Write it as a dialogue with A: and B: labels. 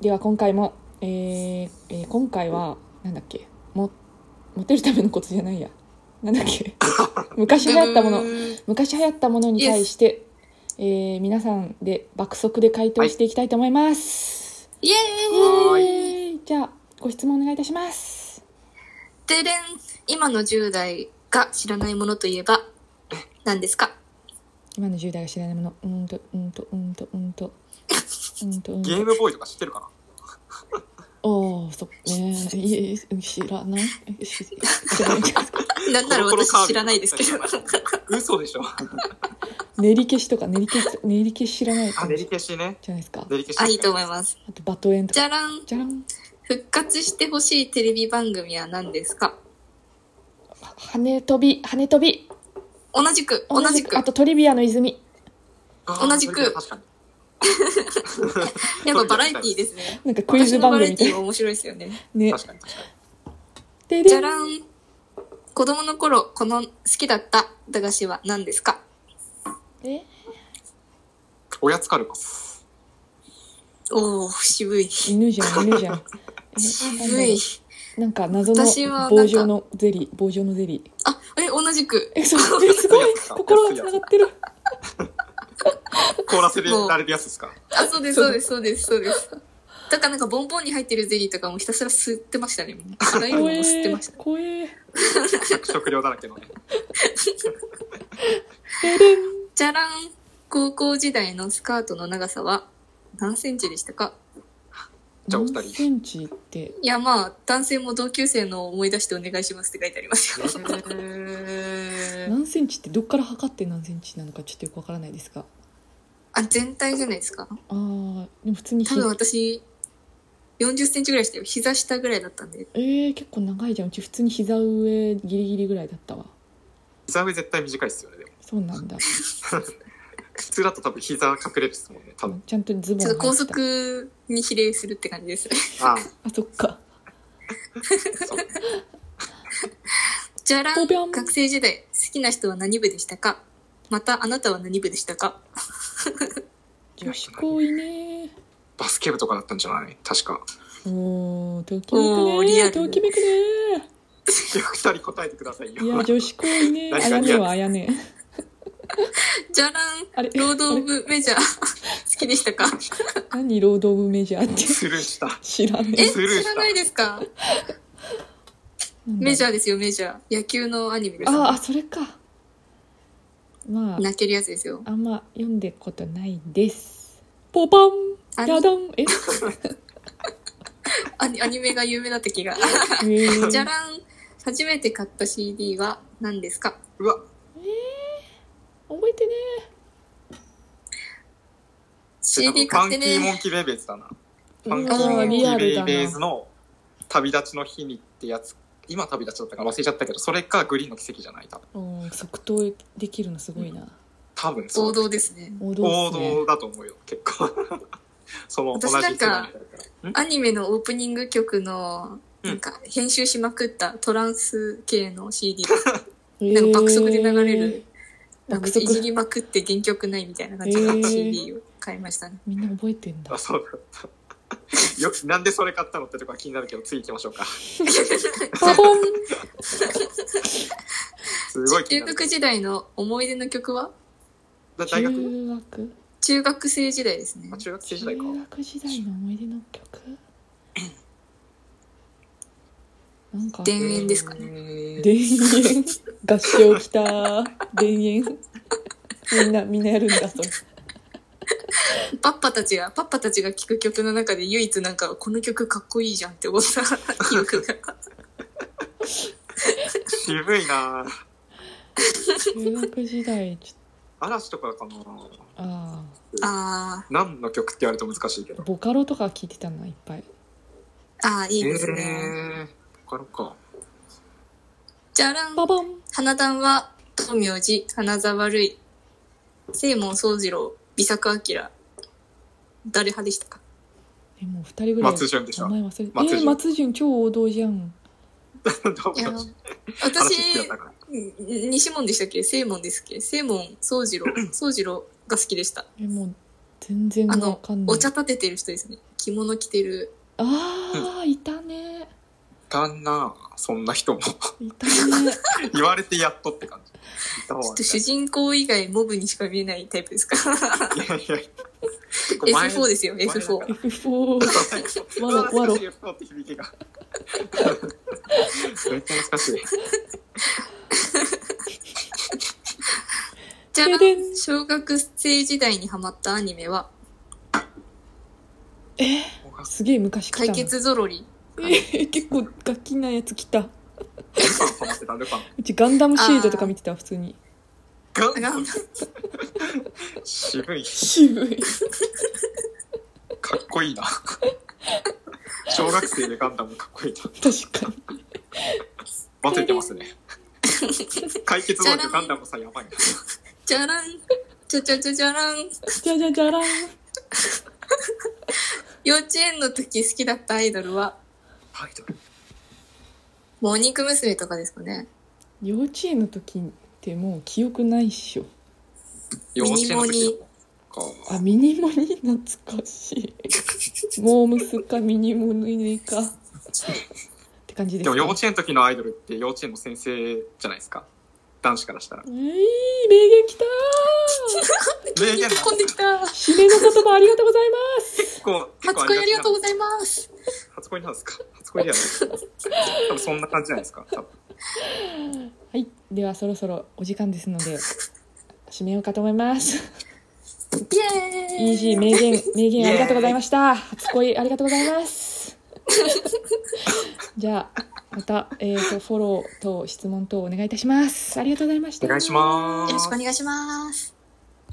A: では今回も、えーえー今回はなんだっけもモテるためのコツじゃないやなんだっ け昔流行ったもの昔流行ったものに対して、えー皆さんで爆速で回答していきたいと思います、
B: イエ
C: は
B: ーイ
C: い
A: えーじゃあご質問お願いいたします
B: てれん今の10代が知らないものといえば何です か
A: 今の10代が知らないものうーんとうーんとうーんとうーんとうーんとうーんと
C: ゲームボーイとか知ってるかな
A: おーそっねえいえ知らないえし
B: なんなら
C: コロコロカー
B: 私知
C: ビィ
B: らないですけど
C: 嘘でしょ。
A: 練り消しとか練り消し練り消し知らない
C: あ、練り消しね。
A: じゃないですか
C: 練り消し。
B: あいいと思います
A: あとバトエンと
B: じ
A: か
B: ゃらん
A: じゃらん
B: 復活してほしいテレビ番組は何ですか
A: 羽飛び羽飛び
B: 同じく同じく
A: あとトリビアの泉
C: あー
B: 同じく
C: それで確かに
B: やっぱバラエティーですね
A: なんかクイズ
B: 私のバ
A: 番
B: ラエ
A: 組みた
B: テ
A: い
B: ィーも面白いですよね
A: ね
C: 確かに確かに。
A: で
B: じゃらん子供の頃この好きだった駄菓子は何ですか
A: え
C: おやつカルパス。
B: おお渋い
A: 犬じ ゃん犬じゃん
B: 渋い
A: えなんか謎の
B: 私はなんか
A: 棒状のゼリー棒状のゼリー
B: あえ同じく
A: えそう えすごい心がつながってる
C: 凍らせられるやつで すか
B: あ、そうです、そうです、そうです、そうです。だからなんかボンボンに入ってるゼリーとかもひたすら吸ってましたね。辛いのも
A: 怖え
B: 吸ってました。
A: 怖え
C: 食料だらけのね。
A: ででん
B: じゃらん高校時代のスカートの長さは何センチでしたか
C: じゃあお二人
A: 何センチって
B: いや、まあ、男性も同級生の思い出してお願いしますって書いてありますよ。
A: 何センチってどっから測って何センチなのかちょっとよくわからないですが
B: あ、全体じゃないですか。
A: あーでも普通に
B: 多
A: ひ
B: 分私、40センチぐらいでしたよ。膝下ぐらいだったんで。
A: えー、結構長いじゃんうち普通に膝上ギリギリぐらいだったわ
C: 膝上絶対短いですよね。でも
A: そうなんだ
C: 普通だと多分膝隠れるですもんね。多分。
A: ちゃんとズボン
B: ちょっと
A: 履い
B: 高
A: てた
B: 速に比例するって感じですね。
C: あ
A: あそっか
C: ーそう
B: じゃら
A: ポ
B: ん
A: ピョン
B: 学生時代好きな人は何部でしたかまたあなたは何部でしたか
A: 女子高いね
C: バスケ部とかだったんじゃない確か。
A: おーときめく
B: おーリア
A: ね
B: ル
A: ときめくね
C: 二人答えてくださいよ。
A: いや女子高い ねあや
C: 何がリ
A: ね
C: アル
A: はあやね
B: じゃらん
A: あれ
B: 労働部メジャー好きでした か
A: あれ何労働部メジャーって
C: スルーした。
A: 知らね
B: え
C: スルーした
B: 知らないですかメジャーですよメジャー野球のアニメです
A: ああそれかまあ
B: 泣けるやつですよ
A: あんま読んでことないですポパン
B: あ
A: ダダン え
B: アニアニメが有名だった気が
A: えー
B: じゃらん初めて買った CD は何ですか
C: うわ、
A: 覚えてね
B: CD
C: ファ
B: 買
C: ン
B: っ
C: キ
B: て
C: ーモン
B: ね
C: キーベイベーズだな。
A: う
C: フ
A: わ
C: ァンキ
A: あ
C: ーモ
A: ー
C: ンキ
A: リア
C: ーベ
A: ル
C: イ
A: だ
C: ベー
A: な
C: ズの旅立ちの日にってやつ。今旅立ちだったか忘れちゃったけど、それかグリーンの奇跡じゃない多分。
A: うん即答できるのすごいな、
C: 多分そ
B: 王
C: う。
B: 道ですね
A: 王道
C: 王
A: ですね
C: 道だと思うよ、結構。 その同じ
B: 私なんか
C: 世代だからん
B: アニメのオープニング曲の
C: うん
B: なんか編集しまくったトランス系の CD
A: な
B: なんか爆速で流れる
A: 爆
B: いじ
A: 速
B: りまくって原曲ないみたいな感じの CD を買いましたね。
A: みんな覚えてんだ
C: あ、そうだった。 よく、なんでそれ買ったのってとか気になるけど、次行きましょうか。
A: パボン
C: すごい気に
B: 中
C: なる。
B: 学時代の思い出の曲は
C: だ大学
A: 中学
B: 中学生時代ですね
C: あ。中学生時代か。
A: 中学時代の思い出の曲なんか
B: 田園ですかね。
C: ね
A: 田園合唱きた田園みんなみんなやるんだそれ
B: パッパたちが、パッパたちが聴く曲の中で唯一なんか、この曲かっこいいじゃんって思った 記憶が。
C: 渋いなぁ
A: 中学時代ちょっ
C: 嵐とかかな
A: とあ
B: あ
C: 何の曲って言われると難しいけ
A: あ
C: ど。
A: ボカロとか聞いてたないっぱい
B: あ、ああ、いい
C: え
B: ですね。
C: ー、これか。
B: じゃらん
A: パボン
B: 花壇は、東明寺、花沢類、聖門宗次郎、美作明。誰派でした か
A: えもう二人ぐらい
C: 松潤でしょ
A: 名前忘れて
C: 松
A: え
C: 潤
A: ー、松潤超王道じゃん
C: どう
B: いや
C: も。、
B: 私
C: 嵐好きだったから。
B: ん西門でしたっけ正門ですっけ正門宗次郎宗次郎が好きでした
A: えもう全然
B: あ
A: わ
B: の
A: かん、ない
B: お茶立ててる人ですね。着物着てる。
A: ああいたね
C: 旦那、そんな人も
A: いたね
C: 言われてやっとって感じ。いたわ
B: ちょっと主人公以外モブにしか見えないタイプ ですか
C: いやいや結構 前
B: ?F4 ですよ、
C: 前だから
B: F4。
A: F4
C: う
A: わろわろ
C: 懐かしい F4 って響きが。めっちゃ懐かしい。
B: じゃあ
A: ででん、
B: 小学生時代にハマったアニメは、
A: すげえ昔来たな
B: 解決ぞろり。
A: え結構ガキなやつ来た
C: ルパンハマってた、ルパン。
A: うちガンダムシードとか見てた普通に
C: ガン
B: ガ
C: ダ
B: ン
C: ム。渋い。
A: 渋い
C: かっこいいな。小学生でガンダムかっこいいな。
A: 確かに
C: バテてますね。解決能力ガンダムさんやばいな。
B: じゃらん、ちゃちゃちゃじゃらん。
A: じゃじゃじゃらん
B: 幼稚園の時好きだったアイドルは、
C: アイドル。
B: モーニング娘。とかですかね。
A: 幼稚園の時ってもう記憶ないっしょ
C: 幼稚園の
B: ミニ
C: 時
A: あ
C: か。
A: ミニモニ懐かしいモームスかミニモニかって感じで
C: ですも
A: か
C: 幼稚園の時のアイドルって幼稚園の先生じゃないですか。男子からしたら
A: え。ー、名言きた
C: 名言な
B: 飛んできた。
A: ー締めの言葉ありがとうございます
C: 結構、結構
B: 初恋ありがとう
C: う。
B: ございます。
C: 初恋なんですか初恋ではない。多分そんな感じじゃないですか。多分
A: はいではそろそろお時間ですので締めようかと思います
B: イエーイ
A: イージー名言名言ありがとうございました初恋ありがとうございますじゃあまた、えー、とフォローと質問等お願いいたしますありがとうございました
C: お願いします。
B: よろしくお願いします。